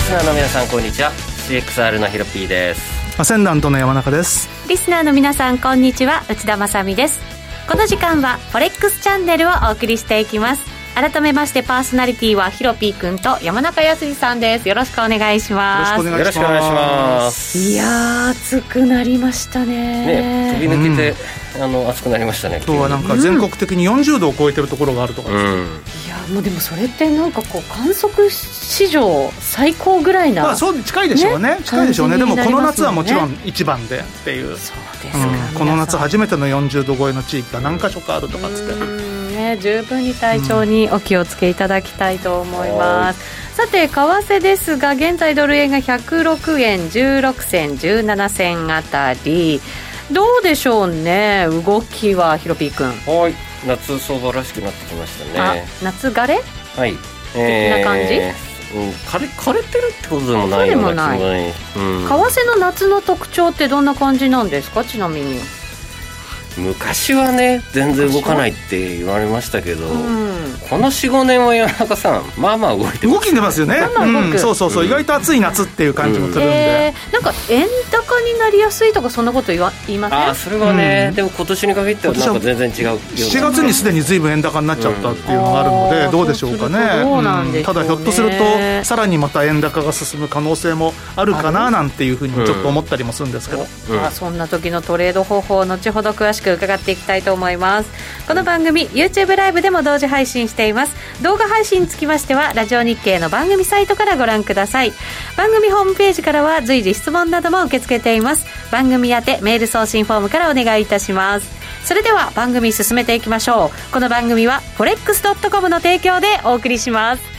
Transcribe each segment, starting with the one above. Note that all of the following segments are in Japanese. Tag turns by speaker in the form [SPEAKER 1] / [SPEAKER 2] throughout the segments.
[SPEAKER 1] スナーの皆さんこんにちは CXR のヒロピーです
[SPEAKER 2] アセンダントの山中です
[SPEAKER 3] リスナーの皆さんこんにちは内田まさみですこの時間はフォレックスチャンネルをお送りしていきます改めましてパーソナリティはヒロピーくんと山中康さんですよろしくお願いします
[SPEAKER 1] よろしくお願いします
[SPEAKER 3] いやー暑くなりました
[SPEAKER 1] ね飛
[SPEAKER 3] ね
[SPEAKER 1] び抜けて、あの暑くなりましたね
[SPEAKER 2] 今日はなんか全国的に40度を超えてるところがあるとか
[SPEAKER 1] う
[SPEAKER 2] です、
[SPEAKER 1] ん
[SPEAKER 3] いやもうでもそれってなんかこう観測史上最高ぐらいな、
[SPEAKER 2] まあそう近いでしょうね
[SPEAKER 3] ね
[SPEAKER 2] 近いでしょうねで
[SPEAKER 3] 感じ
[SPEAKER 2] も
[SPEAKER 3] にな
[SPEAKER 2] こ
[SPEAKER 3] り
[SPEAKER 2] の
[SPEAKER 3] ま
[SPEAKER 2] 夏
[SPEAKER 3] すよ
[SPEAKER 2] は
[SPEAKER 3] ね
[SPEAKER 2] もちろん一番でっていう、うん
[SPEAKER 3] そうですか、
[SPEAKER 2] この夏
[SPEAKER 3] は
[SPEAKER 2] 初めての40度超えの地域が何か所かあるとかっつって、
[SPEAKER 3] ね、十分に体調にお気をつけいただきたいと思います、さて為替ですが現在ドル円が106円16銭17銭あたりどうでしょうね動きはヒロピー君、
[SPEAKER 1] はい夏相場らしくなってきました
[SPEAKER 3] あ
[SPEAKER 1] ね
[SPEAKER 3] 夏枯れ
[SPEAKER 1] はい
[SPEAKER 3] な感じ
[SPEAKER 1] うん、枯れ枯れてるってことでもないような気もないうん、
[SPEAKER 3] 為替の夏の特徴ってどんな感じなんですかちなみに
[SPEAKER 1] 昔はね全然動かないって言われましたけど、
[SPEAKER 3] うん
[SPEAKER 1] この45年は山中さんまあまあ動いて
[SPEAKER 2] 動きに出ますよね、
[SPEAKER 3] まあまあ動く
[SPEAKER 2] うんそうそうそう、意外と暑い夏っていう感じもするんで
[SPEAKER 3] え、ー、なんか円高になりやすいとかそんなこと言わ言いません
[SPEAKER 1] ああそれはね、
[SPEAKER 2] うん
[SPEAKER 1] でも今年に限ってはなんか全然違うような
[SPEAKER 2] 7月にすでにずいぶん円高になっちゃったっていうのがあるので、
[SPEAKER 3] うん
[SPEAKER 2] どうでしょうかね
[SPEAKER 3] あーそうなんでしょ
[SPEAKER 2] た
[SPEAKER 3] うね
[SPEAKER 2] だひょっとするとさらにまた円高が進む可能性もあるかななんていうふうにちょっと思ったりもするんですけど、
[SPEAKER 1] うん
[SPEAKER 3] まあ、そんな時のトレード方法を後ほど詳しく伺っていきたいと思いますこの番組 YouTube ライブでも同時配信しています動画配信につきましてはラジオ日経の番組サイトからご覧ください番組ホームページからは随時質問なども受け付けています番組宛てメール送信フォームからお願いいたしますそれでは番組進めていきましょうこの番組は forex.com の提供でお送りします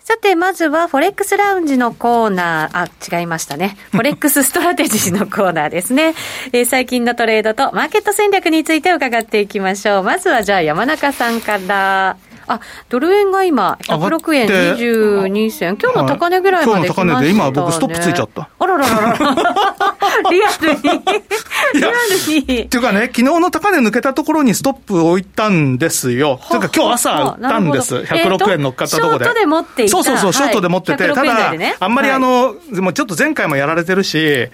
[SPEAKER 3] さて、まずは、フォレックスラウンジのコーナー、あ、違いまし たね。フォレックスストラテジーのコーナーですね。えー最近のトレードとマーケット戦略について伺っていきましょう。まずは、じゃあ、山中さんから。あ、ドル円が今、106円22銭。今日の高値ぐらいまで来ました、ね
[SPEAKER 2] 今日の高値で今僕ストップついちゃった。
[SPEAKER 3] あらららら。 リアルに。リアルに
[SPEAKER 2] っ。ていうかね、昨日の高値抜けたところにストップ置いたんですよ。というか今日朝売ったんです。
[SPEAKER 3] はあなるほど
[SPEAKER 2] 106円乗っかったとこで。
[SPEAKER 3] えーとショートで持っていた
[SPEAKER 2] そうそうそ
[SPEAKER 3] は
[SPEAKER 2] う、
[SPEAKER 3] い
[SPEAKER 2] ショートで持ってて。
[SPEAKER 3] 106
[SPEAKER 2] た
[SPEAKER 3] 円台
[SPEAKER 2] だ
[SPEAKER 3] でね、
[SPEAKER 2] あんまり
[SPEAKER 3] はい
[SPEAKER 2] あの、もうちょっと前回もやられてるし、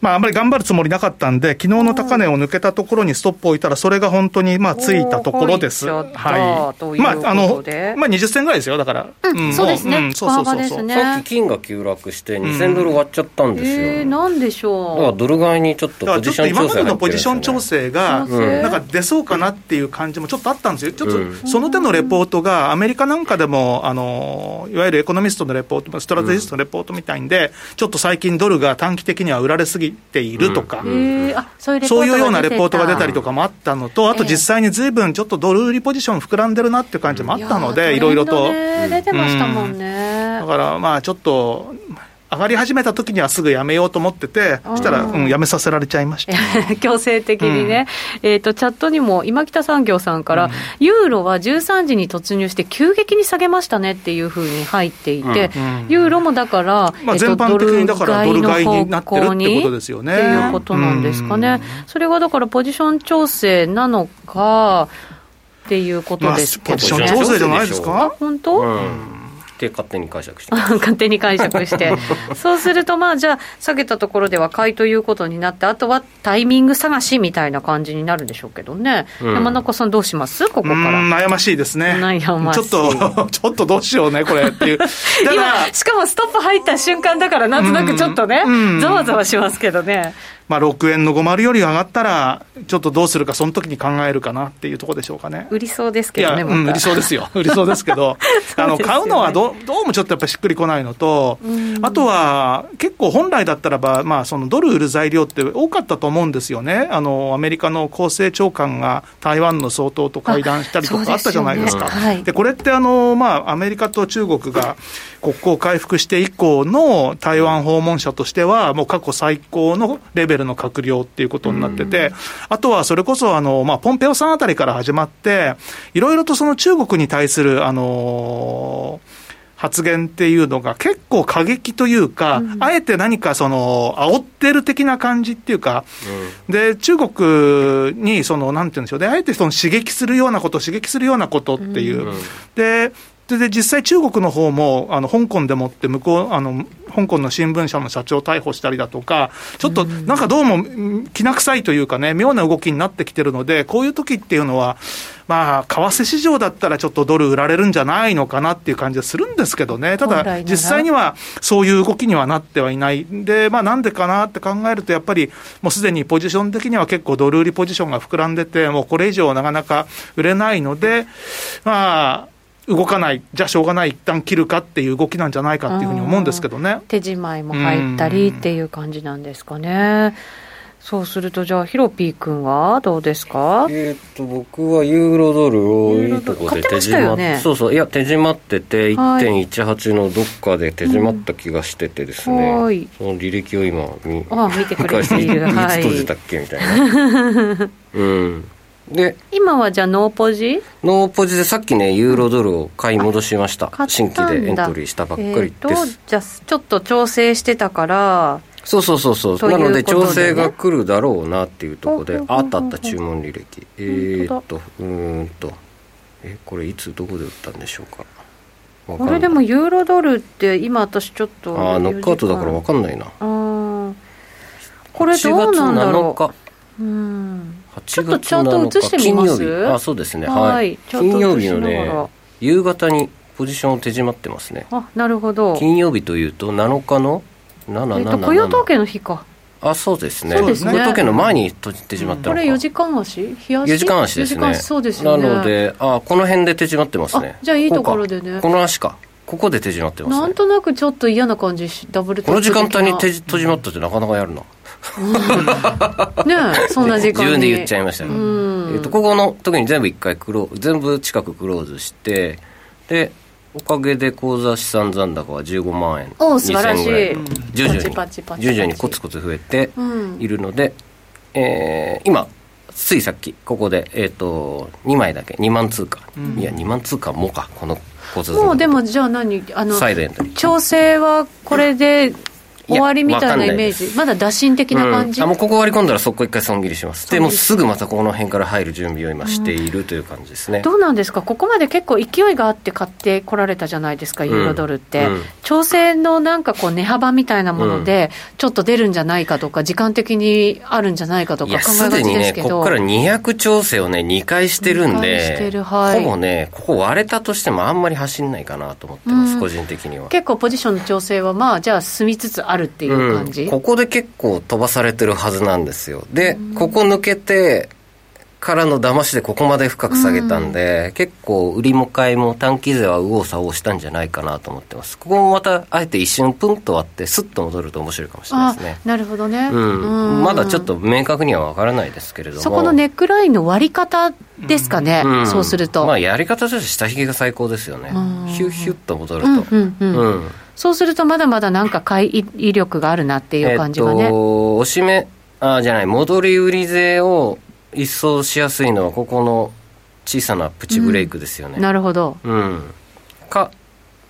[SPEAKER 2] まああんまり頑張るつもりなかったんで、昨日の高値を抜けたところにストップ置いたら、それが本当にまあついたところです。
[SPEAKER 3] お
[SPEAKER 2] は
[SPEAKER 3] ー入っちゃったという
[SPEAKER 2] まああの
[SPEAKER 3] こと、で
[SPEAKER 2] まあ20銭ぐらいですよ、だから。
[SPEAKER 3] うんそうですね
[SPEAKER 2] もんそうそう
[SPEAKER 3] 小
[SPEAKER 2] そう
[SPEAKER 3] 幅で
[SPEAKER 2] そ
[SPEAKER 3] す
[SPEAKER 2] う。
[SPEAKER 3] ね
[SPEAKER 1] さっき金が急落して2000ドル割っちゃったんですよ、
[SPEAKER 3] えー、なんでしょ
[SPEAKER 1] だから
[SPEAKER 3] ょう。
[SPEAKER 1] ドル買いにちょっと
[SPEAKER 2] だか
[SPEAKER 1] ポ
[SPEAKER 2] らち
[SPEAKER 1] ジ
[SPEAKER 2] ょっ
[SPEAKER 1] シ
[SPEAKER 2] と
[SPEAKER 1] ョン調
[SPEAKER 2] 今ま
[SPEAKER 1] 整
[SPEAKER 2] で
[SPEAKER 1] 入
[SPEAKER 2] の
[SPEAKER 1] って
[SPEAKER 2] ポ
[SPEAKER 1] るん
[SPEAKER 2] ジ
[SPEAKER 1] で
[SPEAKER 2] シ
[SPEAKER 1] すよ
[SPEAKER 2] ョン
[SPEAKER 1] ね
[SPEAKER 2] 調整が、
[SPEAKER 3] 調整
[SPEAKER 2] なんか出そうかなっていう感じもちょっとあったんですよ、ちょっと
[SPEAKER 1] うん
[SPEAKER 2] その手のレポートが、アメリカなんかでも、あのいわゆるエコノミストのレポート、ストラテジストのレポートみたいんで、ちょっと最近、ドルが短期的には売られすぎているとか。
[SPEAKER 1] うん
[SPEAKER 3] へえあそういうレポート
[SPEAKER 2] そ
[SPEAKER 3] が出てた
[SPEAKER 2] ういうようなレポートが出たりとかもあったのと、あと
[SPEAKER 3] ええ
[SPEAKER 2] 実際にずいぶんちょっとドル売りポジション膨らんでるなっていう感じもあったので、いろいろと
[SPEAKER 3] や。ートレンドね出てましたもんね
[SPEAKER 2] だ。からまあちょっと、上がり始めた時にはすぐやめようと思ってて、そしたら、
[SPEAKER 3] うん
[SPEAKER 2] うん、やめさせられちゃいました。
[SPEAKER 3] 強制的にね、えっとチャットにも今北産業さんから、ユーロは13時に突入して急激に下げましたねっていうふうに入っていて、
[SPEAKER 2] うんうん
[SPEAKER 3] ユーロもだから、
[SPEAKER 2] まあ
[SPEAKER 3] えっと
[SPEAKER 2] 全般的にだからドル買い
[SPEAKER 3] の方向
[SPEAKER 2] になってるってことですよね
[SPEAKER 3] っていうことなんですかね、それがだからポジション調整なのかっていうこと
[SPEAKER 2] まあ、
[SPEAKER 3] ですけ
[SPEAKER 2] ポ
[SPEAKER 3] ど
[SPEAKER 2] ジショ
[SPEAKER 3] ね
[SPEAKER 2] ン
[SPEAKER 1] まあ
[SPEAKER 2] 調整じゃないです
[SPEAKER 3] あ
[SPEAKER 2] か
[SPEAKER 3] 本当、
[SPEAKER 1] うんって勝手に解釈してます
[SPEAKER 3] 勝手に解釈して、そうすると、まあ、じゃあ、下げたところでは買いということになって、あとはタイミング探しみたいな感じになるんでしょうけどね、
[SPEAKER 1] うん
[SPEAKER 3] 山中さん、どうしますここ
[SPEAKER 2] う
[SPEAKER 3] か
[SPEAKER 2] ーん
[SPEAKER 3] ら。
[SPEAKER 2] 悩ましいですね。
[SPEAKER 3] 悩ましい
[SPEAKER 2] ちょっと、ち ょっとどうしようね、これっていう。だから
[SPEAKER 3] 今、しかもストップ入った瞬間だから、なんとなくちょっとね
[SPEAKER 2] うんう、ん
[SPEAKER 3] ざわざわしますけどね。
[SPEAKER 2] まあ、6円の50より上がったら、ちょっとどうするか、その時に考えるかなっていうところでしょうかね。
[SPEAKER 3] 売りそうです
[SPEAKER 2] い
[SPEAKER 3] けど
[SPEAKER 2] や、
[SPEAKER 3] ね、
[SPEAKER 2] うん、売りそうです よ。売りそうですけど、あの、買うのはどうどうもちょっとやっぱしっくりこないのと、あとは、結構本来だったらば、まあ、そのドル売る材料って多かったと思うんですよね。あの、アメリカの厚生長官が台湾の総統と会談したりと
[SPEAKER 3] あ
[SPEAKER 2] かあったじゃないですか。で
[SPEAKER 3] そうですよねはい
[SPEAKER 2] これってあの、まあ、アメリカと中国が国交回復して以降の台湾訪問者としては、もう過去最高のレベルの閣僚っていうことになってて、あとはそれこそ、あの、まあ、ポンペオさんあたりから始まって、いろいろとその中国に対する、あの発言っていうのが結構過激というか、あえて何かその、煽ってる的な感じっていうか、で、中国に、その、なんて言うんでしょうね、あえてその刺激するようなこと、刺激するようなことっていう。
[SPEAKER 1] ん
[SPEAKER 2] で、でで実際中国の方も、あの、香港でもって、向こう、あの、香港の新聞社の社長を逮捕したりだとか、ちょっと、なんかどうも、うんきな臭いというかね、妙な動きになってきてるので、こういう時っていうのは、まあ、為替市場だったらちょっとドル売られるんじゃないのかなっていう感じはするんですけどね。た
[SPEAKER 3] 本来なら
[SPEAKER 2] だ、実際にはそういう動きにはなってはいない。で、まあなんでかなって考えると、やっぱりもうすでにポジション的には結構ドル売りポジションが膨らんでて、もうこれ以上なかなか売れないので、まあ、動かない、じゃあしょうがない、一旦切るかっていう動きなんじゃないかっていうふうに思うんですけどね。
[SPEAKER 3] 手仕舞いも入ったりっていう感じなんですかね。そうすると、じゃあ、ヒロピー君はどうですか
[SPEAKER 1] えーっと僕はユーロドルをいいとこ
[SPEAKER 3] ユーロドル買っ
[SPEAKER 1] で
[SPEAKER 3] てま
[SPEAKER 1] 手
[SPEAKER 3] し
[SPEAKER 1] 締
[SPEAKER 3] た
[SPEAKER 1] ま
[SPEAKER 3] よ
[SPEAKER 1] っ
[SPEAKER 3] ね
[SPEAKER 1] そうそういや手締まってて
[SPEAKER 3] はい
[SPEAKER 1] 1.18のどっかで手締まった気がしててですね、
[SPEAKER 3] うんはい
[SPEAKER 1] その履歴を今見
[SPEAKER 3] あ見てく れ
[SPEAKER 1] 返してて
[SPEAKER 3] い
[SPEAKER 1] い
[SPEAKER 3] る。
[SPEAKER 1] つ
[SPEAKER 3] はい
[SPEAKER 1] 閉。じたっけみたいなうんで
[SPEAKER 3] 今はじゃあ、ノーポジ
[SPEAKER 1] ノーポジでさっきねユーロドルを買い戻しました
[SPEAKER 3] 買った
[SPEAKER 1] 新
[SPEAKER 3] んだ
[SPEAKER 1] 規でエントリーしたばっかりです、
[SPEAKER 3] えーとじゃあちょっと調整してたから
[SPEAKER 1] そうそうそうそう
[SPEAKER 3] というこ
[SPEAKER 1] な
[SPEAKER 3] とで
[SPEAKER 1] の
[SPEAKER 3] ね
[SPEAKER 1] で調整が来るだろうなっていうところで
[SPEAKER 3] ほうほうほ
[SPEAKER 1] あ
[SPEAKER 3] うほう
[SPEAKER 1] ったあった注文履歴えー、っとうーんとえこれいつどこで売ったんでしょうかわか
[SPEAKER 3] こ
[SPEAKER 1] んない
[SPEAKER 3] れでもユーロドルって今私ちょっと
[SPEAKER 1] あーノックアウトだからわかんないな
[SPEAKER 3] あーこれどうなんだろ
[SPEAKER 1] 8
[SPEAKER 3] ううん
[SPEAKER 1] 月7日8月7日
[SPEAKER 3] ちょっとチャート映してみます
[SPEAKER 1] 金曜日あそうですね
[SPEAKER 3] はい
[SPEAKER 1] はい
[SPEAKER 3] チャート映し
[SPEAKER 1] 金曜日の
[SPEAKER 3] ながら
[SPEAKER 1] ね夕方にポジションを手締まってますね
[SPEAKER 3] あなるほどえっ
[SPEAKER 1] 金曜日というと7日の777、
[SPEAKER 3] と雇用統計の日か
[SPEAKER 1] あそうですね
[SPEAKER 2] そうですね
[SPEAKER 1] 雇用統計の前に閉じてしまった
[SPEAKER 3] こ
[SPEAKER 1] のか、
[SPEAKER 3] れ4時間足日足
[SPEAKER 1] 4時間足ですね
[SPEAKER 3] 四時間足そうですよね
[SPEAKER 1] なのであこの辺で手締まってますね
[SPEAKER 3] あじゃあいいところでね
[SPEAKER 1] こかこの足かここで手締まってます
[SPEAKER 3] なん
[SPEAKER 1] ね
[SPEAKER 3] となくちょっと嫌な感じしダブル
[SPEAKER 1] この時間帯に手
[SPEAKER 3] 手
[SPEAKER 1] じ閉じまったってなかなかやるな
[SPEAKER 3] ねえそんな時間に
[SPEAKER 1] 自分で言っちゃいましたね、
[SPEAKER 3] うん
[SPEAKER 1] えっとここの時に全部一回クロー全部近くクローズしてでおかげで口座資産残高は15万円
[SPEAKER 3] おー素晴らしい
[SPEAKER 1] 2000ぐいと徐々
[SPEAKER 3] パチパチパチパチ
[SPEAKER 1] に徐々にコツコツ増えて
[SPEAKER 3] うん
[SPEAKER 1] いるので、えー今ついさっきここで、えっと2枚だけ2万通貨、いや2万通貨もかこの口座残高
[SPEAKER 3] もうでもじゃあ何あの
[SPEAKER 1] 再度エントリー
[SPEAKER 3] 調整はこれで終わりみたいなイメー
[SPEAKER 1] い
[SPEAKER 3] ジまだ打診的な感じ、
[SPEAKER 1] うんあもうここ割り込んだらそこ一回損切りしますで
[SPEAKER 3] 損切り
[SPEAKER 1] もうすぐまたこの辺から入る準備を今しているという感じですね、
[SPEAKER 3] どうなんですかここまで結構勢いがあって買ってこられたじゃないですかユーロドルって、
[SPEAKER 1] うん
[SPEAKER 3] 調整のなんかこう値幅みたいなもので、ちょっと出るんじゃないかとか、時間的にあるんじゃないかと
[SPEAKER 1] い
[SPEAKER 3] か
[SPEAKER 1] や、
[SPEAKER 3] 考え
[SPEAKER 1] す
[SPEAKER 3] が
[SPEAKER 1] で
[SPEAKER 3] ち
[SPEAKER 1] に
[SPEAKER 3] です
[SPEAKER 1] ね、
[SPEAKER 3] け
[SPEAKER 1] こ
[SPEAKER 3] ど。
[SPEAKER 1] こから200調整をね、2回してるん
[SPEAKER 3] 二回して
[SPEAKER 1] で、
[SPEAKER 3] るはい
[SPEAKER 1] ほぼね、ここ割れたとしてもあんまり走んないかなと思ってます、
[SPEAKER 3] うん
[SPEAKER 1] 個人的には。
[SPEAKER 3] 結構ポジションの調整は、まあ、じゃあ進みつつあるっていう感じ。
[SPEAKER 1] うん、ここで結構飛ばされてるはずなんですよで、ここ抜けてからの騙しでここまで深く下げたんで、結構売りも買いも短期勢は右往左往したんじゃないかなと思ってますここもまたあえて一瞬プンと割ってスッと戻ると面白いかもしれない
[SPEAKER 3] あ
[SPEAKER 1] ですね
[SPEAKER 3] なるほどね、
[SPEAKER 1] うん、
[SPEAKER 3] うん
[SPEAKER 1] まだちょっと明確には分からないですけれども
[SPEAKER 3] そこのネックラインの割り方ですかね、
[SPEAKER 1] うん
[SPEAKER 3] そうすると、
[SPEAKER 1] まあやり方として下髭が最高ですよね
[SPEAKER 3] うん
[SPEAKER 1] ヒュッヒュッと戻る
[SPEAKER 3] うん
[SPEAKER 1] と
[SPEAKER 3] うんうん
[SPEAKER 1] うん
[SPEAKER 3] そうするとまだまだなんか買い威力があるなっていう感じがね、
[SPEAKER 1] えっと、おしめ、あ、じゃない、戻り売り勢を一掃しやすいのは、ここの小さなプチブレイクですよね。
[SPEAKER 3] なるほど、
[SPEAKER 1] うん。か、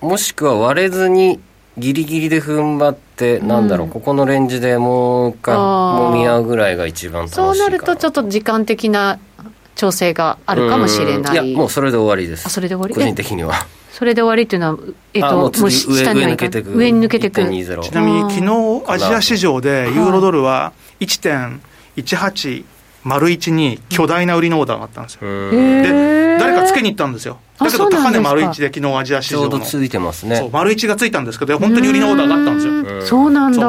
[SPEAKER 1] もしくは割れずに、ギリギリで踏ん張って、なんだろ
[SPEAKER 3] う
[SPEAKER 1] う、
[SPEAKER 3] ん
[SPEAKER 1] ここのレンジでもう一回、
[SPEAKER 3] あー
[SPEAKER 1] もみ合うぐらいが一番楽しいか
[SPEAKER 3] そうなるとちょっ
[SPEAKER 1] と
[SPEAKER 3] と時間的な調整があるかもしれない、
[SPEAKER 1] いや、もうそれで終わりです。
[SPEAKER 3] あそれで終わり
[SPEAKER 1] 個人的には。
[SPEAKER 3] それで終わりっていうのは、えっ
[SPEAKER 1] あも
[SPEAKER 3] と
[SPEAKER 1] う次
[SPEAKER 3] もうし
[SPEAKER 1] 上
[SPEAKER 3] 下には
[SPEAKER 1] 上抜
[SPEAKER 3] いか
[SPEAKER 1] け
[SPEAKER 3] な
[SPEAKER 1] て
[SPEAKER 3] い
[SPEAKER 1] く
[SPEAKER 3] 上に抜けてく
[SPEAKER 1] 1.20
[SPEAKER 2] ちなみに昨日アジア市場でユーロドルは1.1801に巨大な売りのオーダーがあったんですよ。
[SPEAKER 1] うん
[SPEAKER 3] へ
[SPEAKER 2] で
[SPEAKER 3] えー、
[SPEAKER 2] 誰かつけに行ったんですよ。
[SPEAKER 3] あ
[SPEAKER 2] だけど
[SPEAKER 3] そうな
[SPEAKER 2] 高
[SPEAKER 3] んで
[SPEAKER 2] 値
[SPEAKER 3] すか
[SPEAKER 2] 丸一で昨日アジア市
[SPEAKER 1] ちょ
[SPEAKER 2] 場
[SPEAKER 1] うど
[SPEAKER 2] の。
[SPEAKER 1] ついてます
[SPEAKER 2] そう
[SPEAKER 1] ね。
[SPEAKER 2] 丸一がついたんですけど、本当に売りのオーダーがあったんですよ。
[SPEAKER 1] うん
[SPEAKER 3] そうなんだ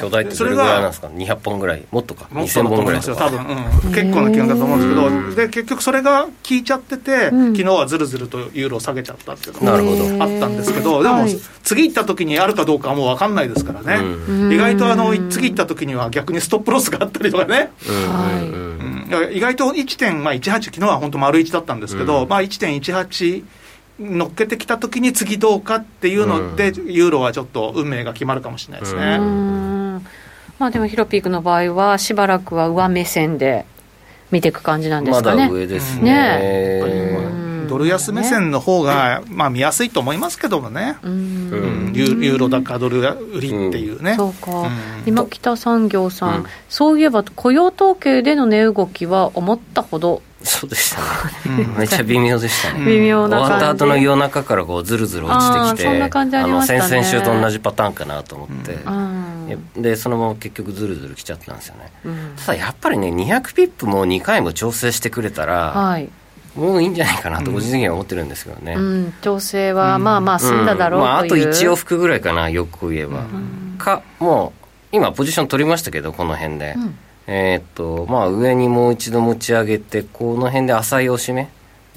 [SPEAKER 1] 巨大ってどれぐらいなんですか200本ぐらいもっとか
[SPEAKER 2] もっと
[SPEAKER 1] 2000
[SPEAKER 2] だと
[SPEAKER 1] 本
[SPEAKER 2] 思
[SPEAKER 1] ぐ
[SPEAKER 2] い
[SPEAKER 1] ら
[SPEAKER 2] ま
[SPEAKER 1] い
[SPEAKER 2] す
[SPEAKER 1] と
[SPEAKER 2] よ、
[SPEAKER 1] か
[SPEAKER 2] 多分、うん、結構な金額だと思うんですけど、で結局それが効いちゃってて、
[SPEAKER 3] うん
[SPEAKER 2] 昨日はずるずるとユーロ下げちゃったっていうの
[SPEAKER 1] な
[SPEAKER 2] が
[SPEAKER 1] るほど
[SPEAKER 2] あったんですけど、でも、次行った時にあるかどうかはもう分かんないですからね、
[SPEAKER 1] う
[SPEAKER 3] うん
[SPEAKER 2] 意外とあの次行った時には逆にストップロスがあったりとかね、
[SPEAKER 3] はい
[SPEAKER 1] うんうんうん
[SPEAKER 2] うんだから意外と1.18、まあ、18昨日は本当、丸1だったんですけど、
[SPEAKER 1] うん
[SPEAKER 2] まあ、1.18。乗っけてきた時に次どうかっていうので、ユーロはちょっと運命が決まるかもしれないですね。
[SPEAKER 1] う
[SPEAKER 3] うんまあでもヒロピークの場合はしばらくは上目線で見ていく感じなんです
[SPEAKER 1] ま
[SPEAKER 3] か
[SPEAKER 1] だ
[SPEAKER 3] ね。
[SPEAKER 1] 上ですね
[SPEAKER 3] ね
[SPEAKER 2] やっぱり
[SPEAKER 3] うん
[SPEAKER 2] ドル安目線の方が、まあ見やすいと思いますけどもね、
[SPEAKER 3] うん
[SPEAKER 2] うんユーユーロ高ドル売りっていうね、
[SPEAKER 3] そうか、
[SPEAKER 2] うん
[SPEAKER 3] 今北産業さん、
[SPEAKER 1] うん
[SPEAKER 3] そういえば雇用統計での値動きは思ったほど
[SPEAKER 1] そうでした
[SPEAKER 2] う
[SPEAKER 1] ね
[SPEAKER 2] ん
[SPEAKER 1] めっちゃ微妙でしたね
[SPEAKER 2] ん
[SPEAKER 3] 微妙
[SPEAKER 1] 終
[SPEAKER 3] な感じ、
[SPEAKER 1] わった後の夜中からこうずるずる落ちてき
[SPEAKER 3] あーそん
[SPEAKER 1] て
[SPEAKER 3] な感じありま
[SPEAKER 1] の
[SPEAKER 3] した
[SPEAKER 1] 先
[SPEAKER 3] ね
[SPEAKER 1] 々週と同じパターンかなと思って
[SPEAKER 3] うん
[SPEAKER 1] でそのまま結局ずるずる来ちゃったんですよね
[SPEAKER 3] うん
[SPEAKER 1] ただやっぱりね200ピップも2回も調整してくれたら
[SPEAKER 3] はい、
[SPEAKER 1] もういいんじゃないかなと
[SPEAKER 2] うん
[SPEAKER 1] 個人的には思ってるんですけどね
[SPEAKER 3] うん、調整は
[SPEAKER 2] うん
[SPEAKER 3] まあまあ済んだだろ
[SPEAKER 1] んまあ、あ
[SPEAKER 3] うと
[SPEAKER 1] と
[SPEAKER 3] いう、
[SPEAKER 1] 1往復ぐらいかなよく言えば、
[SPEAKER 3] ん
[SPEAKER 1] かもう今ポジション取りましたけどこの辺で、
[SPEAKER 3] うん
[SPEAKER 1] えーっとまあ上にもう一度持ち上げてこの辺で浅い押し目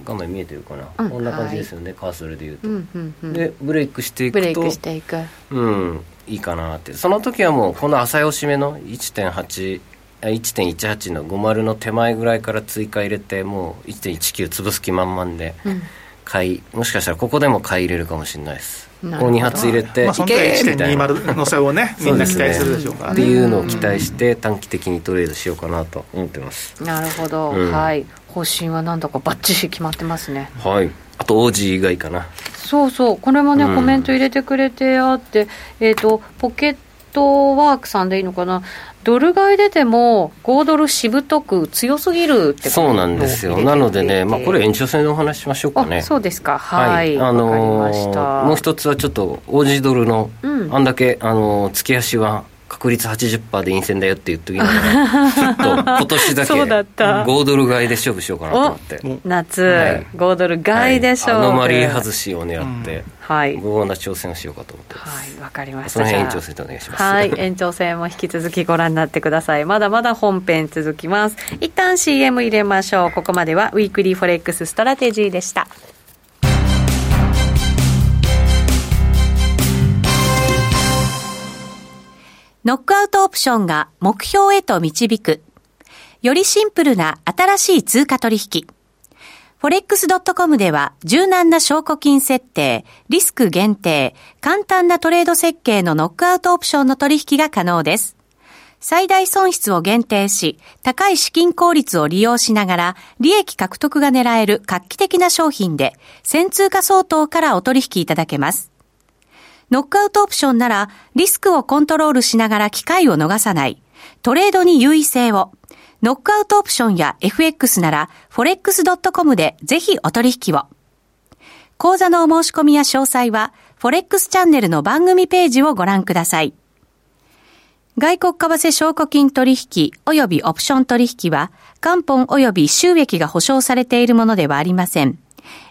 [SPEAKER 1] 画面見えてるかな、
[SPEAKER 3] うん
[SPEAKER 1] こんな感じですよね、カーソルで言うと、
[SPEAKER 3] うんうんうん
[SPEAKER 1] でブレイクしてい
[SPEAKER 3] ブレ
[SPEAKER 1] く
[SPEAKER 3] イ
[SPEAKER 1] と
[SPEAKER 3] クしていく
[SPEAKER 1] うんいいかなってその時はもうこの浅い押し目の1.8あ1.18の50の手前ぐらいから追加入れてもう1.19潰す気満々で、買いもしかしたらここでも買い入れるかもしれないですこう
[SPEAKER 3] なるほど
[SPEAKER 1] 2発入れて、
[SPEAKER 2] まあ、そ
[SPEAKER 1] い
[SPEAKER 2] の
[SPEAKER 1] け
[SPEAKER 2] 時
[SPEAKER 1] ー
[SPEAKER 2] は
[SPEAKER 1] みたいな
[SPEAKER 2] 1.20の差をね、みんな期待するでしょうから
[SPEAKER 1] って
[SPEAKER 2] ね。
[SPEAKER 1] いうのを期待して短期的にトレードしようかなと思ってます、
[SPEAKER 3] なるほど、
[SPEAKER 1] うん
[SPEAKER 3] はい方針はなんだかバッチリ決まってますね
[SPEAKER 1] はいあと OG 以外かな
[SPEAKER 3] そうそう、これもね、
[SPEAKER 1] うん
[SPEAKER 3] コメント入れてくれてあって、えっ、と、ポケットワークさんでいいのかな、ドル買い出ても、5ドルしぶとく強すぎるってこと
[SPEAKER 1] そうなんですよなのでね、まあ、これ、延長戦のお話しましょうか
[SPEAKER 3] あ、
[SPEAKER 1] ね
[SPEAKER 3] そうですか、はい、わ、
[SPEAKER 1] あのー
[SPEAKER 3] かりました。
[SPEAKER 1] もう一つはちょっと OG ドルの、
[SPEAKER 3] うん
[SPEAKER 1] あんだけ、あのー月足は確率80%で陰線だよって言っときながらちょっと今年だけ
[SPEAKER 3] そうだった
[SPEAKER 1] 5ドル買いで勝負しようかなと思って
[SPEAKER 2] もう
[SPEAKER 3] 夏、
[SPEAKER 1] はい
[SPEAKER 3] 5ドル買いでしょう、
[SPEAKER 1] はいアノマリー外しを狙って、
[SPEAKER 3] はい、
[SPEAKER 1] 合法な挑戦をしようかと思ってます、
[SPEAKER 3] はい、わかりました。
[SPEAKER 1] その辺延
[SPEAKER 3] じ
[SPEAKER 1] 長
[SPEAKER 3] ゃあ
[SPEAKER 1] 戦でお願いします
[SPEAKER 3] はい、延長戦も引き続きご覧になってください。まだまだ本編続きます。一旦 CM 入れましょう。ここまではウィークリーフォレックスストラテジーでした。
[SPEAKER 4] ノックアウトオプションが目標へと導く。よりシンプルな新しい通貨取引。forex.com では柔軟な証拠金設定、リスク限定、簡単なトレード設計のノックアウトオプションの取引が可能です。最大損失を限定し、高い資金効率を利用しながら、利益獲得が狙える画期的な商品で、先通貨相当からお取引いただけます。ノックアウトオプションなら、リスクをコントロールしながら機会を逃さない。トレードに優位性を。ノックアウトオプションや FX なら、forex.com でぜひお取引を。講座のお申し込みや詳細は、フォレックスチャンネルの番組ページをご覧ください。外国為替証拠金取引及びオプション取引は、元本及び収益が保証されているものではありません。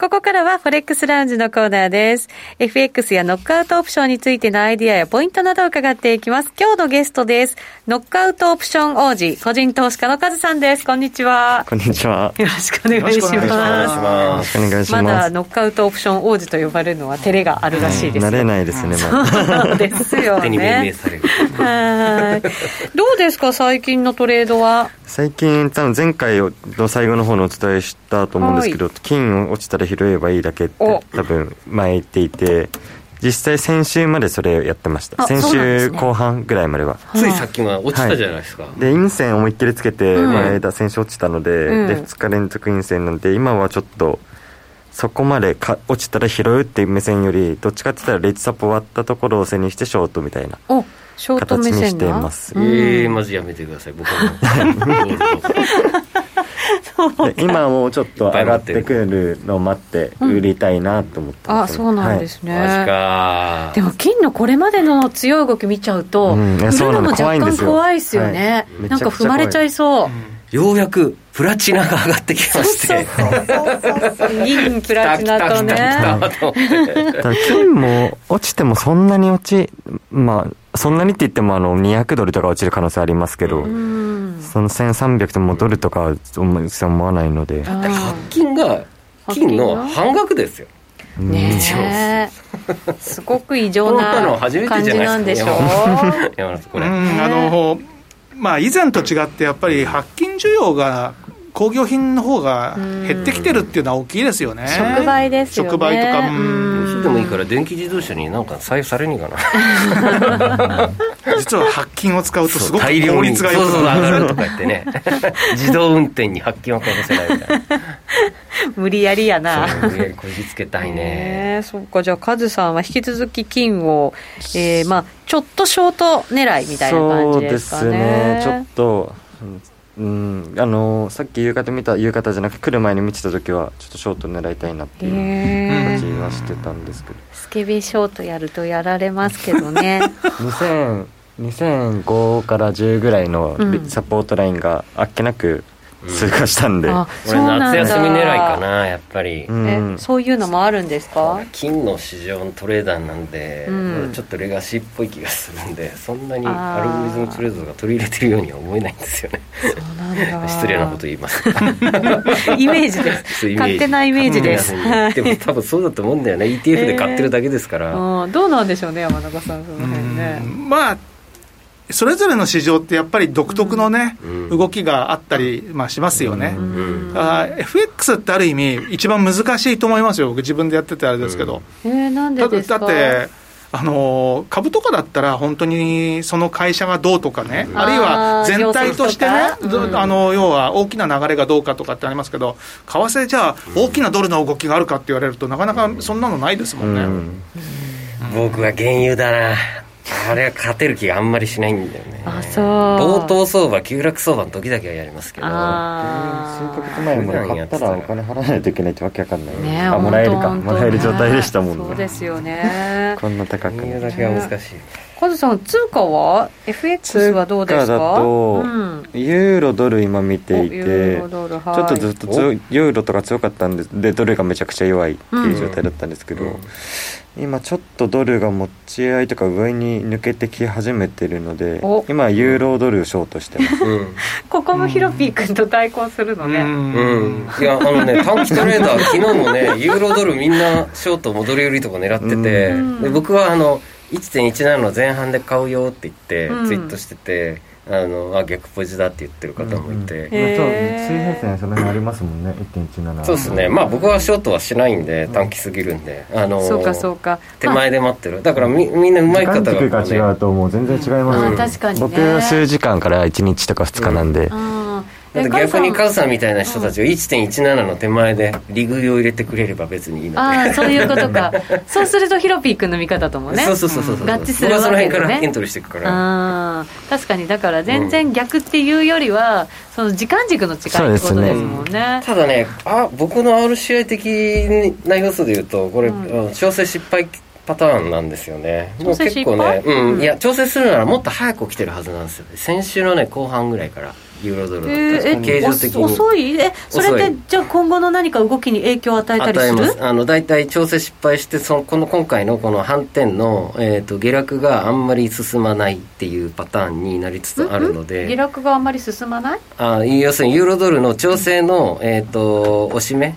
[SPEAKER 3] ここからはフォレックスラウンジのコーナーです。FX やノックアウトオプションについてのアイディアやポイントなどを伺っていきます。今日のゲストです。ノックアウトオプション王子、個人投資家のカズさんです。こんにちは。
[SPEAKER 5] こんにちは。よ
[SPEAKER 3] よろしくお願いし
[SPEAKER 2] よろしくお願いし
[SPEAKER 1] お
[SPEAKER 2] ま
[SPEAKER 3] ま
[SPEAKER 1] 願いし
[SPEAKER 3] す。
[SPEAKER 1] ま
[SPEAKER 5] ろ
[SPEAKER 1] す
[SPEAKER 5] しくお願いし
[SPEAKER 3] ま
[SPEAKER 5] ま
[SPEAKER 3] だ
[SPEAKER 5] す。
[SPEAKER 3] ノックアウトオプション王子と呼ばれるのは照れがあるらしいですよ。
[SPEAKER 5] 慣れないですね、まだ。
[SPEAKER 3] そうですよ
[SPEAKER 1] 手に命
[SPEAKER 3] ね
[SPEAKER 1] 名。される
[SPEAKER 3] はい。どうですか、最近のトレードは。
[SPEAKER 5] 最近、多分前回の最後の方にお伝えしたと思うんですけど、金を落ちたら拾えばいいだけって
[SPEAKER 3] お
[SPEAKER 5] 多分前言っていて、実際先週までそれをやってました。
[SPEAKER 3] あ
[SPEAKER 5] 先
[SPEAKER 3] そうなんです
[SPEAKER 5] 週
[SPEAKER 3] ね
[SPEAKER 5] 後半ぐらいまでは。
[SPEAKER 1] ついさっきまで落ちたじゃないですか、
[SPEAKER 5] で、陰線思いっきりつけて、
[SPEAKER 3] うん
[SPEAKER 5] 前枝先週落ちたので、
[SPEAKER 3] うん
[SPEAKER 5] で、2日連続陰線なんで、今はちょっと、そこまでか落ちたら拾うっていう目線より、どっちかって言ったらレッジサポ終わったところを背にしてショートみたいな。
[SPEAKER 3] お、ショート目
[SPEAKER 5] 形に
[SPEAKER 3] 線
[SPEAKER 5] して
[SPEAKER 3] が。
[SPEAKER 5] います
[SPEAKER 3] うん
[SPEAKER 1] ええー、マジやめてください僕は
[SPEAKER 5] で今もうちょっと上がってくるのを待って売りたいなと思って
[SPEAKER 3] あ、
[SPEAKER 5] ます、、
[SPEAKER 3] そうなんですす
[SPEAKER 1] マジ
[SPEAKER 3] ね。
[SPEAKER 1] か
[SPEAKER 3] でも金のこれまでの強い動き見ちゃうと、
[SPEAKER 5] うんいや
[SPEAKER 3] 売る
[SPEAKER 5] そうな
[SPEAKER 3] のも
[SPEAKER 5] の
[SPEAKER 3] 若
[SPEAKER 5] 怖いんで
[SPEAKER 3] 干
[SPEAKER 5] すよ
[SPEAKER 3] 怖いですよね
[SPEAKER 5] は。い
[SPEAKER 3] なんか踏まれちゃ いそう。
[SPEAKER 1] ようやくプラチナが上がってきまして
[SPEAKER 3] 銀、プラチナと
[SPEAKER 1] 来た
[SPEAKER 3] ね。
[SPEAKER 1] 来た来たと思って
[SPEAKER 5] はい、だから金も落ちてもそんなに落ちまあそんなにって言ってもあの200ドルとか落ちる可能性ありますけど、
[SPEAKER 3] うん。
[SPEAKER 5] その1300ともドルとかは思わないので
[SPEAKER 3] あ
[SPEAKER 1] で
[SPEAKER 3] ー
[SPEAKER 1] 白金が金の半額ですよ
[SPEAKER 3] ねえ。すごく異常
[SPEAKER 1] こんなの
[SPEAKER 3] な
[SPEAKER 1] 初めて
[SPEAKER 3] 感
[SPEAKER 1] じゃ
[SPEAKER 3] じな
[SPEAKER 1] ない
[SPEAKER 3] ん
[SPEAKER 1] で
[SPEAKER 3] ですしょ
[SPEAKER 1] か
[SPEAKER 3] う。
[SPEAKER 1] 山田さんこ
[SPEAKER 2] うん、
[SPEAKER 1] れ、
[SPEAKER 2] あの、まあ、以前と違って、やっぱり白金需要が、工業品の方が減ってきてるっていうのは大きいですよね。
[SPEAKER 3] 触媒ですよね。
[SPEAKER 2] 触媒とかうん
[SPEAKER 1] それでもいいから電気自動車になんか採用されにいかな
[SPEAKER 2] 実は白金を使うとすごく
[SPEAKER 1] 大量
[SPEAKER 2] 効
[SPEAKER 1] に
[SPEAKER 2] 率
[SPEAKER 1] そう
[SPEAKER 2] が
[SPEAKER 1] そ
[SPEAKER 2] 良
[SPEAKER 1] う
[SPEAKER 2] く
[SPEAKER 1] 上
[SPEAKER 2] なる。
[SPEAKER 1] がるとか言って ね自動運転に発金は欠かせないみたい
[SPEAKER 3] 無理やりやな。
[SPEAKER 1] なそうこじつけたいね
[SPEAKER 3] えそうかじゃあカズさんは引き続き金を、えーまあ、ちょっとショート狙いみたいな感
[SPEAKER 5] そ
[SPEAKER 3] じ
[SPEAKER 5] う
[SPEAKER 3] で
[SPEAKER 5] です
[SPEAKER 3] か
[SPEAKER 5] す
[SPEAKER 3] ね
[SPEAKER 5] ねちょっとうんあのさっき夕方見た夕方じゃなく来る前に見てた時はちょっとショート狙いたいなっていう
[SPEAKER 3] へ
[SPEAKER 5] 感
[SPEAKER 3] ー
[SPEAKER 5] じはしてたんですけど
[SPEAKER 3] スケベショートやるとやられますけど ね
[SPEAKER 5] 2000 2005から10ぐらいの
[SPEAKER 3] うん
[SPEAKER 5] リサポートラインがあっけなく通過したんで、
[SPEAKER 3] あ
[SPEAKER 1] 俺夏休み狙いかなやっぱり、
[SPEAKER 5] うん
[SPEAKER 3] えそういうのもあるんですか
[SPEAKER 1] 金の市場のトレーダーなんで、
[SPEAKER 3] うん
[SPEAKER 1] まだちょっとレガシーっぽい気がするんでそんなに
[SPEAKER 3] あー
[SPEAKER 1] アルゴリズムトレードが取り入れてるようには思えないんですよね 失礼なこと言い ます
[SPEAKER 3] イメージです
[SPEAKER 1] そういうイメージ
[SPEAKER 3] 勝手なイメージです、
[SPEAKER 1] 勝手なイメージでも多分そうだと思うんだよね ETF で買ってるだけですから、
[SPEAKER 3] うん、どうなんでしょうね山中さんその辺ね
[SPEAKER 2] うんまあそれぞれの市場ってやっぱり独特のね、
[SPEAKER 1] うん
[SPEAKER 2] 動きがあったり、まあ、しますよね、
[SPEAKER 1] うん
[SPEAKER 2] あー FX ってある意味一番難しいと思いますよ僕自分でやっててあれですけど、
[SPEAKER 3] えー、なん
[SPEAKER 2] だ
[SPEAKER 3] で
[SPEAKER 2] って
[SPEAKER 3] ですか
[SPEAKER 2] だってあのー株とかだったら本当にその会社がどうとかね、
[SPEAKER 3] ん
[SPEAKER 2] あるい
[SPEAKER 3] あ
[SPEAKER 2] は
[SPEAKER 3] ー
[SPEAKER 2] 全体としてね
[SPEAKER 3] 業績とか
[SPEAKER 2] どあの要は大きな流れがどうかとかってありますけど為替じゃあ大きなドルの動きがあるかって言われるとなかなかそんなのないですもんね、
[SPEAKER 5] うん
[SPEAKER 1] 僕は原油だなあれは勝てる気があんまりしないんだよね
[SPEAKER 3] あそう
[SPEAKER 1] 冒頭相場急落相場の時だけはやりますけど
[SPEAKER 5] 数
[SPEAKER 3] あ
[SPEAKER 5] ヶ
[SPEAKER 3] ー
[SPEAKER 5] 月前まで買ったらお金払わないといけないってわけわかんない、
[SPEAKER 3] ね
[SPEAKER 5] あもらえるか
[SPEAKER 3] 本当
[SPEAKER 5] もらえる状態でしたもん
[SPEAKER 3] そう
[SPEAKER 5] ね
[SPEAKER 3] ですよね
[SPEAKER 5] こんな高く
[SPEAKER 1] 原油
[SPEAKER 5] ね
[SPEAKER 1] だけは難しい、
[SPEAKER 3] カズさん、通貨は FX はどうですか
[SPEAKER 5] だと、
[SPEAKER 3] うん、
[SPEAKER 5] ユーロドル今見てい
[SPEAKER 3] おユ
[SPEAKER 5] て
[SPEAKER 3] ーロドル
[SPEAKER 5] ちょっとずっと強いユーロとか強かったんででドルがめちゃくちゃ弱いっていう状態だったんですけど、
[SPEAKER 1] うん
[SPEAKER 5] 今ちょっとドルが持ち合いとか上に抜けてき始めてるので
[SPEAKER 3] お
[SPEAKER 5] 今ユーロドルをショートしてます
[SPEAKER 1] うん
[SPEAKER 3] ここもヒロピー君と対抗するのね、
[SPEAKER 1] うん、いやあの ね短期トレーダー昨日もねユーロドルみんなショート戻り売りとか狙ってて、
[SPEAKER 3] うん
[SPEAKER 1] で僕はあの1.17の前半で買うよって言って
[SPEAKER 3] うん
[SPEAKER 1] ツイートしてて、あのあ逆ポジだって言ってる方もいて、
[SPEAKER 3] んへーそう水平線
[SPEAKER 5] その辺ありますもんね1.17
[SPEAKER 1] そうですねまあ僕はショートはしないんで短期すぎるんであの
[SPEAKER 3] そうかそうか
[SPEAKER 1] 手前で待ってるだからみみんな上手い方がこうね
[SPEAKER 5] ともう全然違い
[SPEAKER 3] ま
[SPEAKER 5] ますす
[SPEAKER 3] よあー確かにね
[SPEAKER 5] 僕は数時間から1日とか2日なんで、
[SPEAKER 3] まあ、う
[SPEAKER 1] だ
[SPEAKER 3] ん
[SPEAKER 1] って
[SPEAKER 3] えカズ
[SPEAKER 1] 逆
[SPEAKER 3] さん
[SPEAKER 1] にカズさんみたいな人たちを1.17の手前で利食いを入れてくれれば別にいいので
[SPEAKER 3] ああそういうことか そうするとヒロピー君の見方ともね
[SPEAKER 1] そうそうそうそうそう
[SPEAKER 3] 合致する
[SPEAKER 1] 僕はその辺か
[SPEAKER 3] わけ
[SPEAKER 1] ら
[SPEAKER 3] で
[SPEAKER 1] エ
[SPEAKER 3] ね
[SPEAKER 1] ントリーしていくから
[SPEAKER 3] あー確かにだから全然逆っていうよりは、その時間軸の違いってことですもんね
[SPEAKER 1] ただねあ僕の RCI 的な要素で言うとこれ、
[SPEAKER 3] うん
[SPEAKER 1] あの調整失敗パターンなんですよねもう結構ね
[SPEAKER 3] 調整失敗
[SPEAKER 1] う
[SPEAKER 3] うん
[SPEAKER 1] んいや調整するならもっと早く起きてるはずなんですよ先週のね後半ぐらいからユーロドルだったんです
[SPEAKER 3] え
[SPEAKER 1] よ
[SPEAKER 3] ー
[SPEAKER 1] 形状的
[SPEAKER 3] お
[SPEAKER 1] に
[SPEAKER 3] 遅いえそれっ
[SPEAKER 1] 遅
[SPEAKER 3] て
[SPEAKER 1] い
[SPEAKER 3] じゃあ今後の何か動きに影響を与えたりす
[SPEAKER 1] 与え
[SPEAKER 3] る
[SPEAKER 1] ますあの大体調整失敗してそのこの今回のこの反転の、えー、と下落があんまり進まないっていうパターンになりつつあるので、
[SPEAKER 3] 下落があんまり進まない
[SPEAKER 1] あ要するにユーロドルの調整の、えー、と押し目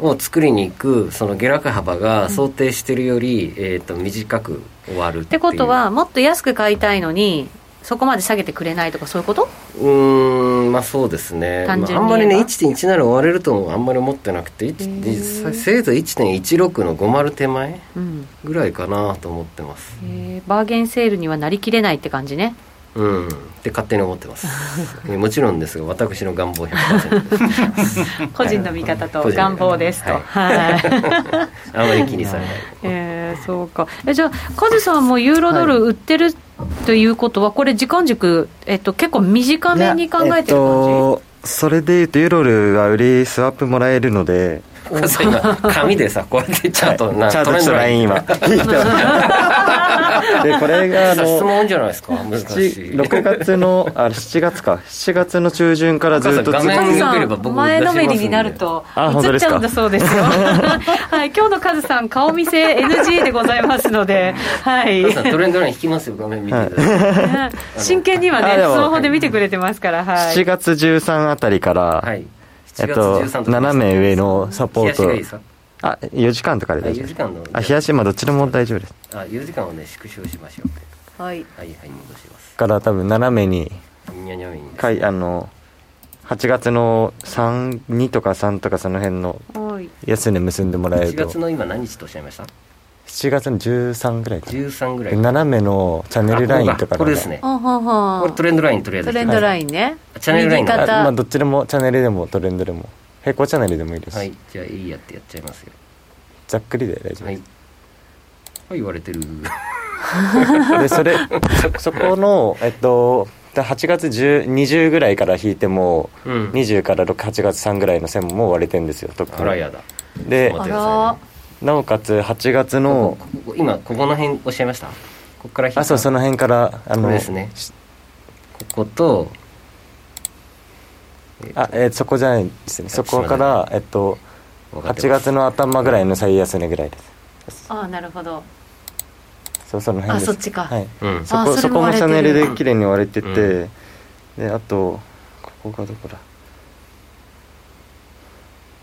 [SPEAKER 1] を作りに行くその下落幅が想定してるより、えー、と短く終わるっ
[SPEAKER 3] って
[SPEAKER 1] い
[SPEAKER 3] て
[SPEAKER 1] う
[SPEAKER 3] ことはもっと安く買いたいのにそこまで下げてくれないとかそういうこと
[SPEAKER 1] うーんまあそうですね、
[SPEAKER 3] 単純
[SPEAKER 1] まあ、あ
[SPEAKER 3] に
[SPEAKER 1] ん
[SPEAKER 3] 言えば
[SPEAKER 1] まりね1.17割れるともあんまり思ってなくていち
[SPEAKER 3] へー
[SPEAKER 1] 実際せいぜい1.16の50手前
[SPEAKER 3] うん
[SPEAKER 1] ぐらいかなと思ってます
[SPEAKER 3] えーバーゲンセールにはなりきれないって感じね
[SPEAKER 1] うんって勝手に思ってますえもちろんですが私の願望100%です
[SPEAKER 3] 個人の見方と
[SPEAKER 1] 個人の
[SPEAKER 3] 願
[SPEAKER 1] 見方
[SPEAKER 3] 望ですと、
[SPEAKER 1] はい
[SPEAKER 3] はい
[SPEAKER 1] あまり気にされない
[SPEAKER 3] えーそうかえじゃあカズさんもユーロドル売ってるということはこれ時間軸、えっと、結構短めに考えてる感
[SPEAKER 5] えっと、それでいうとユーロルは売りスワップもらえるので
[SPEAKER 1] お母さん今紙でさこうやってチャートな
[SPEAKER 5] チャー
[SPEAKER 1] ト
[SPEAKER 5] ト
[SPEAKER 1] レン
[SPEAKER 5] と
[SPEAKER 1] ドラ
[SPEAKER 5] ラ
[SPEAKER 1] イン
[SPEAKER 5] イン はでこれがあ
[SPEAKER 1] さ質
[SPEAKER 5] の
[SPEAKER 1] 問じゃないですか難しい
[SPEAKER 5] 6月のあ7月か7月の中旬からずっと
[SPEAKER 1] お母さん
[SPEAKER 3] じ
[SPEAKER 1] 画面
[SPEAKER 3] カズ
[SPEAKER 1] え
[SPEAKER 3] さ
[SPEAKER 1] よければ
[SPEAKER 3] ん
[SPEAKER 1] 僕
[SPEAKER 3] お前のめりになると
[SPEAKER 5] あ本当
[SPEAKER 3] 映っ
[SPEAKER 5] で
[SPEAKER 3] ち
[SPEAKER 5] すか
[SPEAKER 3] ゃうんだそうです よ、はい、今日のカズさん顔見せ NG でございますので、はい
[SPEAKER 1] お、母さんトレンドライン引きますよ画面見てください
[SPEAKER 3] 真剣には
[SPEAKER 5] あ
[SPEAKER 3] ねス
[SPEAKER 5] でも
[SPEAKER 3] マホで見てくれてますから、はい、
[SPEAKER 5] 7月13あたりから、
[SPEAKER 1] はい7
[SPEAKER 5] えっ
[SPEAKER 1] 月
[SPEAKER 5] と
[SPEAKER 1] 13と
[SPEAKER 5] 斜め上のサポ
[SPEAKER 1] 冷
[SPEAKER 5] ー
[SPEAKER 1] やしがいいです
[SPEAKER 5] ト
[SPEAKER 1] か
[SPEAKER 5] あ4時間とかで
[SPEAKER 1] あ
[SPEAKER 5] 大丈
[SPEAKER 1] 4
[SPEAKER 5] 夫で
[SPEAKER 1] 時
[SPEAKER 5] す
[SPEAKER 1] 間の
[SPEAKER 5] あ冷やし今どっちでも大丈夫です
[SPEAKER 1] あ4時間をね縮小しましょう
[SPEAKER 3] はい、
[SPEAKER 1] はいはい戻します
[SPEAKER 5] から多分斜めに
[SPEAKER 1] にゃにゃみんです
[SPEAKER 5] かいあの8月の32とか3とかその辺の
[SPEAKER 3] はい
[SPEAKER 5] 安値結んでもらえる
[SPEAKER 1] 1
[SPEAKER 5] と
[SPEAKER 1] 月の今何日とおっしゃいました
[SPEAKER 5] 7月の13ぐらいかな
[SPEAKER 1] 13ぐらい
[SPEAKER 5] 斜めのチャンネルラインとか
[SPEAKER 1] あここがこれですね
[SPEAKER 3] あはは
[SPEAKER 1] これトレンドラインとりあえず
[SPEAKER 3] トレンドラインね
[SPEAKER 1] チャンネルライン
[SPEAKER 3] 右
[SPEAKER 1] だま
[SPEAKER 5] あ
[SPEAKER 3] 肩
[SPEAKER 5] まあどっちでもチャンネルでもトレンドでも平行チャンネルでもいいです、
[SPEAKER 1] はいじゃあいいやってやっちゃいますよ
[SPEAKER 5] ざっくりで大丈夫
[SPEAKER 1] はいはい言われ てる
[SPEAKER 5] で それそそこのえっと8月10 20ぐらいから引いても
[SPEAKER 1] うん
[SPEAKER 5] 20から68月3ぐらいの線ももう割れてんですよとっく
[SPEAKER 1] あらやだ
[SPEAKER 5] で
[SPEAKER 1] 待
[SPEAKER 3] あ
[SPEAKER 1] ってくださ
[SPEAKER 3] ら
[SPEAKER 1] いね
[SPEAKER 5] なおかつ8月の
[SPEAKER 1] ここ今ここの辺おっしゃいましたここから引いた
[SPEAKER 5] あそうその辺からあ
[SPEAKER 1] こ
[SPEAKER 5] の
[SPEAKER 1] れですねここと
[SPEAKER 5] あえーそこじゃないですねそこからえっと
[SPEAKER 1] 分かって
[SPEAKER 5] 8
[SPEAKER 1] ます
[SPEAKER 5] 月の頭ぐらいの最安値ぐらいです
[SPEAKER 3] あなるほど
[SPEAKER 5] そうその辺です
[SPEAKER 3] あそっちか
[SPEAKER 5] はい
[SPEAKER 1] うん
[SPEAKER 5] そ
[SPEAKER 3] あ
[SPEAKER 5] こ
[SPEAKER 3] それ
[SPEAKER 5] そ
[SPEAKER 3] も
[SPEAKER 5] こも
[SPEAKER 3] 割れて
[SPEAKER 5] チャ
[SPEAKER 3] る
[SPEAKER 5] ンネルで綺麗に割れてて、
[SPEAKER 1] う
[SPEAKER 5] であとここがどこだ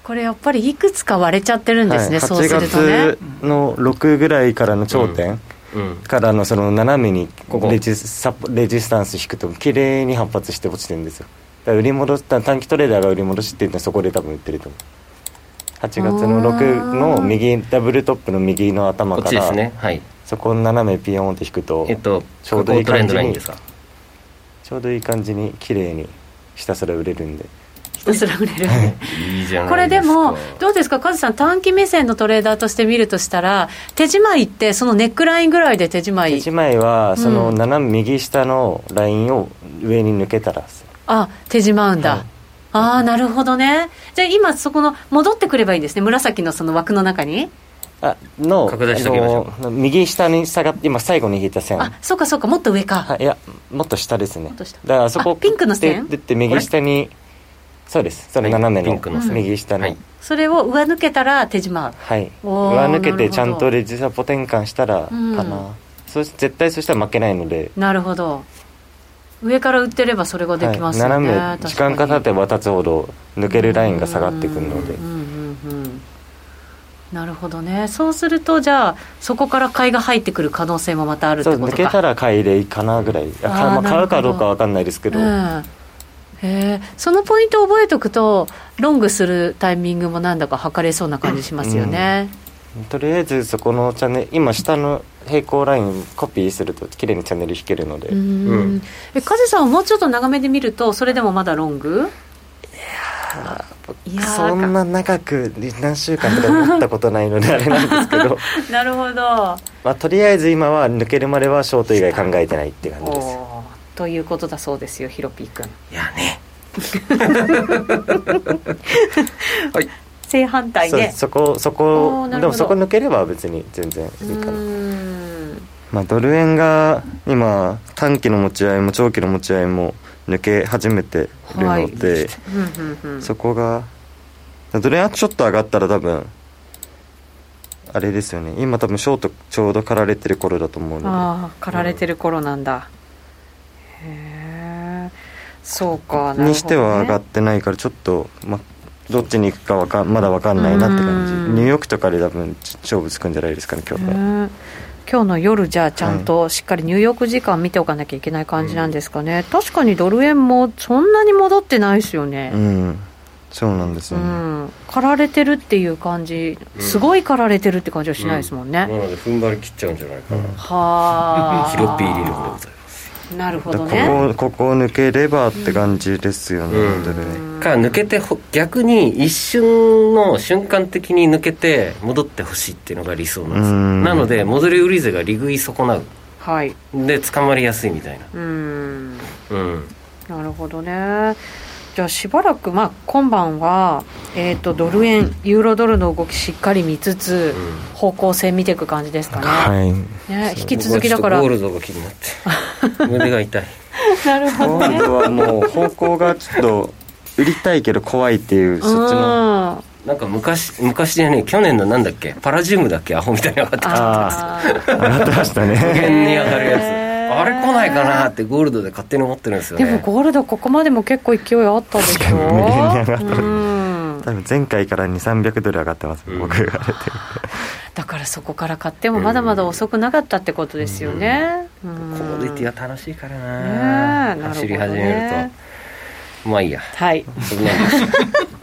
[SPEAKER 3] これやっぱりいくつか割れちゃってるんですね、
[SPEAKER 5] はい
[SPEAKER 3] そうするとね
[SPEAKER 5] 8月の6ぐらいからの頂点
[SPEAKER 1] うん
[SPEAKER 5] からのその斜めに
[SPEAKER 1] ここ
[SPEAKER 5] レジスサポレジスタンス引くと綺麗に反発して落ちてるんですよだから売り戻した短期トレーダーが売り戻しっていうのはそこで多分売ってると思う8月の6の右ダブルトップの右の頭
[SPEAKER 1] こっ
[SPEAKER 5] か
[SPEAKER 1] ちで
[SPEAKER 5] ら
[SPEAKER 1] すねはい
[SPEAKER 5] そこを斜めピヨーンって引くと、
[SPEAKER 1] えっと
[SPEAKER 5] ちょうどいい
[SPEAKER 1] ここトレンド
[SPEAKER 5] 感じ
[SPEAKER 1] ライン
[SPEAKER 5] に
[SPEAKER 1] ですか
[SPEAKER 5] ちょうどいい感じに綺麗にひたすら売れるんで
[SPEAKER 3] ひたすら売れる
[SPEAKER 1] いいじゃ
[SPEAKER 3] こ
[SPEAKER 1] な
[SPEAKER 3] れ
[SPEAKER 1] いで
[SPEAKER 3] です
[SPEAKER 1] か
[SPEAKER 3] もどうですかカズさん短期目線のトレーダーとして見るとしたら手仕舞いってそのネックラインぐらいで手仕舞い
[SPEAKER 5] 1枚はその
[SPEAKER 3] うん
[SPEAKER 5] 斜め右下のラインを上に抜けたらです
[SPEAKER 3] あ手仕舞うんだ、
[SPEAKER 5] はい
[SPEAKER 3] ああなるほどねじゃあ今そこの戻ってくればいいんですね紫のその枠の中に
[SPEAKER 5] あの
[SPEAKER 1] 拡大しておきましょう
[SPEAKER 5] あの右下に下がって今最後に引いた線
[SPEAKER 3] あ、そうかそうか、もっと上か。
[SPEAKER 5] はい、いやもっと下ですね
[SPEAKER 3] っと下
[SPEAKER 5] だからそこ
[SPEAKER 3] あピンクの線
[SPEAKER 5] ででって右下にそうですそ
[SPEAKER 1] は
[SPEAKER 5] れ
[SPEAKER 1] い
[SPEAKER 5] 斜め
[SPEAKER 1] ピ
[SPEAKER 5] の
[SPEAKER 1] ンクの線
[SPEAKER 5] 右下の
[SPEAKER 1] は
[SPEAKER 5] はいい、
[SPEAKER 3] それを上抜けたら手締まう。おー
[SPEAKER 5] 上抜
[SPEAKER 3] なる
[SPEAKER 5] け
[SPEAKER 3] ほど
[SPEAKER 5] てちゃんとレジサポ転換したらかな、
[SPEAKER 3] うん
[SPEAKER 5] そうし絶対そしたら負けないので
[SPEAKER 3] なるほど。上から売ってればそれができますよね。
[SPEAKER 5] はい、斜め時間かかって渡つほど抜けるラインが下がってくるので
[SPEAKER 3] うんうんうんうんなるほどね。そうすると、じゃあ、そこから買いが入ってくる可能性もまたあるって
[SPEAKER 5] そう
[SPEAKER 3] ことか。
[SPEAKER 5] 抜けたら買いでいいかなぐらい
[SPEAKER 3] あー
[SPEAKER 5] あかまあ
[SPEAKER 3] なるほど
[SPEAKER 5] 買うかどうかわかんないですけど、
[SPEAKER 3] うんへえそのポイントを覚えておくとロングするタイミングもなんだか測れそうな感じしますよね、
[SPEAKER 5] とりあえずそこのチャンネル今下の平行ラインコピーすると綺麗にチャンネル引けるので、
[SPEAKER 3] うん
[SPEAKER 1] うん
[SPEAKER 3] えカズさんはもうちょっと長めで見るとそれでもまだロングいやー
[SPEAKER 5] そんな長く何週間とか思ったことないのであれなんですけ ど、
[SPEAKER 3] なるほど
[SPEAKER 5] まあ、とりあえず今は抜けるまではショート以外考えてないって感じです
[SPEAKER 3] おーということだそうですよヒロピー君
[SPEAKER 1] いやね
[SPEAKER 3] 正反対
[SPEAKER 5] そう
[SPEAKER 3] で
[SPEAKER 5] そこそ
[SPEAKER 3] おー
[SPEAKER 5] こ
[SPEAKER 3] なる
[SPEAKER 5] で
[SPEAKER 3] ほど
[SPEAKER 5] もそこ抜ければ別に全然
[SPEAKER 3] う
[SPEAKER 5] いいかな、
[SPEAKER 3] ーん
[SPEAKER 5] まあ、ドル円が今短期の持ち合いも長期の持ち合いも抜け始めてるので、
[SPEAKER 3] うんうんうん
[SPEAKER 5] そこがドル円はちょっと上がったら多分あれですよね今多分ショートちょうど駆られてる頃だと思うの
[SPEAKER 3] ああ駆られてる頃なんだ、へえそうかなるほ
[SPEAKER 5] で、
[SPEAKER 3] どね
[SPEAKER 5] にしては上がってないからちょっと、ま、どっちに行くかわかんまだわかんないなって感じ
[SPEAKER 3] うん
[SPEAKER 5] ニューヨークとかで多分勝負つくんじゃないですかね今日は、
[SPEAKER 3] ね今日の夜じゃあちゃんとしっかりニューヨーク時間見ておかなきゃいけない感じなんですかね、確かにドル円もそんなに戻ってないですよね
[SPEAKER 5] う、んそうなんです
[SPEAKER 3] う
[SPEAKER 5] よね、
[SPEAKER 3] ん駆られてるっていう感じ
[SPEAKER 1] うん
[SPEAKER 3] すごい駆られてるって感じはしないですもんね、
[SPEAKER 1] なので踏ん張り切っちゃうんじゃないかな
[SPEAKER 3] はあ
[SPEAKER 1] ヒロピー理論でございます
[SPEAKER 3] なるほど
[SPEAKER 5] だ
[SPEAKER 3] ね
[SPEAKER 5] ここここを抜ければって感じですよね、
[SPEAKER 1] うん
[SPEAKER 5] ドル円
[SPEAKER 1] から抜けてほ逆に一瞬の瞬間的に抜けて戻ってほしいっていうのが理想なんですよ
[SPEAKER 5] うん
[SPEAKER 1] なので戻り売り勢が利食い損なう
[SPEAKER 3] はい
[SPEAKER 1] で捕まりやすいみたいな
[SPEAKER 3] うん
[SPEAKER 1] うん
[SPEAKER 3] なるほどね。じゃあしばらく、まあ、今晩は、えー、とドル円、ユーロドルの動きしっかり見つつ、
[SPEAKER 1] う
[SPEAKER 3] 方向性見ていく感じですかね。
[SPEAKER 5] はい
[SPEAKER 3] ね引き続きだか
[SPEAKER 1] 僕
[SPEAKER 3] ら、
[SPEAKER 1] はちょっとゴールドが気になって 胸が痛い
[SPEAKER 3] なるほど
[SPEAKER 5] 今
[SPEAKER 3] ね。
[SPEAKER 5] 度はもう方向がちょっと売りたいけど怖いっていうそっちの
[SPEAKER 3] あ
[SPEAKER 1] なんか昔昔じゃねえ去年のなんだっけパラジウムだっけアホみたいなのがあった
[SPEAKER 3] あー
[SPEAKER 5] 上がってました
[SPEAKER 1] 無
[SPEAKER 5] ね
[SPEAKER 1] 限に上がるやつ
[SPEAKER 3] へー
[SPEAKER 1] あれ来ないかなってゴールドで勝手に思ってるんですよ
[SPEAKER 3] で
[SPEAKER 1] ね
[SPEAKER 3] もゴールド、ここまでも結構勢いあったでしょ。
[SPEAKER 5] 確かに無限に上がった
[SPEAKER 3] うん
[SPEAKER 5] 多分前回から2300ドル上がってます、
[SPEAKER 1] うん
[SPEAKER 5] 僕があれで
[SPEAKER 3] だからそこから買ってもまだまだ遅くなかったってことですよね。コ
[SPEAKER 1] コモディティは楽しいから
[SPEAKER 3] ね
[SPEAKER 1] な,、
[SPEAKER 3] えなるほどね
[SPEAKER 1] 走り始めるとまあいいや
[SPEAKER 3] はい
[SPEAKER 1] そんなんですま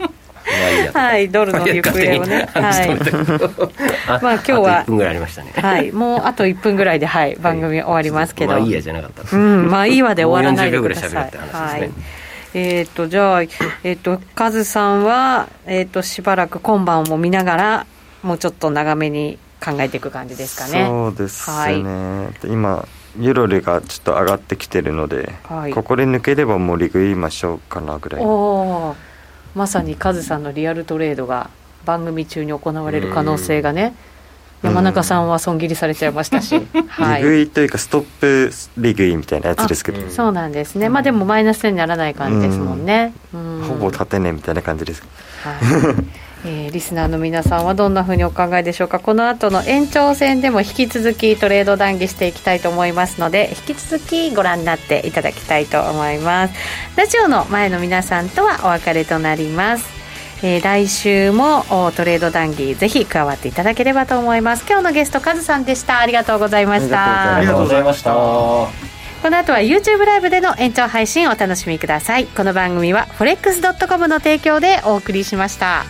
[SPEAKER 1] あいいや
[SPEAKER 3] はい、ドル の行方をね、はい、
[SPEAKER 1] あ
[SPEAKER 3] まあ今日は
[SPEAKER 1] あと1分ぐらいありましたね
[SPEAKER 3] はい、もうあと1分ぐらいで、はい、番組終わりますけど、
[SPEAKER 1] まあいいやじゃなかったです
[SPEAKER 3] うん、まあいいわで終わらないで
[SPEAKER 1] もう40秒
[SPEAKER 3] く
[SPEAKER 1] ぐ
[SPEAKER 3] だ
[SPEAKER 1] らい
[SPEAKER 3] さい。
[SPEAKER 1] 喋るって話ですね
[SPEAKER 3] はい、えっ、と、じゃあ、えっ、と、カズさんは、えっ、と、しばらく今晩も見ながら、もうちょっと長めに考えていく感じですかね。
[SPEAKER 5] そうですね、で今ユーロルがちょっと上がってきてるので、
[SPEAKER 3] はい
[SPEAKER 5] ここで抜ければもうリグいましょうかなぐらい
[SPEAKER 3] おお、まさにカズさんのリアルトレードが番組中に行われる可能性がね、
[SPEAKER 5] うん
[SPEAKER 3] 山中さんは損切りされちゃいましたし、は
[SPEAKER 5] リグ
[SPEAKER 3] い。
[SPEAKER 5] いというかストップリグいみたいなやつですけど
[SPEAKER 1] あうん
[SPEAKER 3] そうなんですね。まあでもマイナスにならない感じですもんね。うん
[SPEAKER 5] ほぼ立てねえみたいな感じです
[SPEAKER 3] はいえーリスナーの皆さんはどんなふうにお考えでしょうかこの後の延長戦でも引き続きトレード談義していきたいと思いますので引き続きご覧になっていただきたいと思いますラジオの前の皆さんとはお別れとなります、えー来週もおトレード談義ぜひ加わっていただければと思います今日のゲストカズさんでしたありがとうございました
[SPEAKER 5] ありがとうご
[SPEAKER 1] ざいました
[SPEAKER 3] この後は YouTube ライブでの延長配信をお楽しみくださいこの番組は forex.com の提供でお送りしました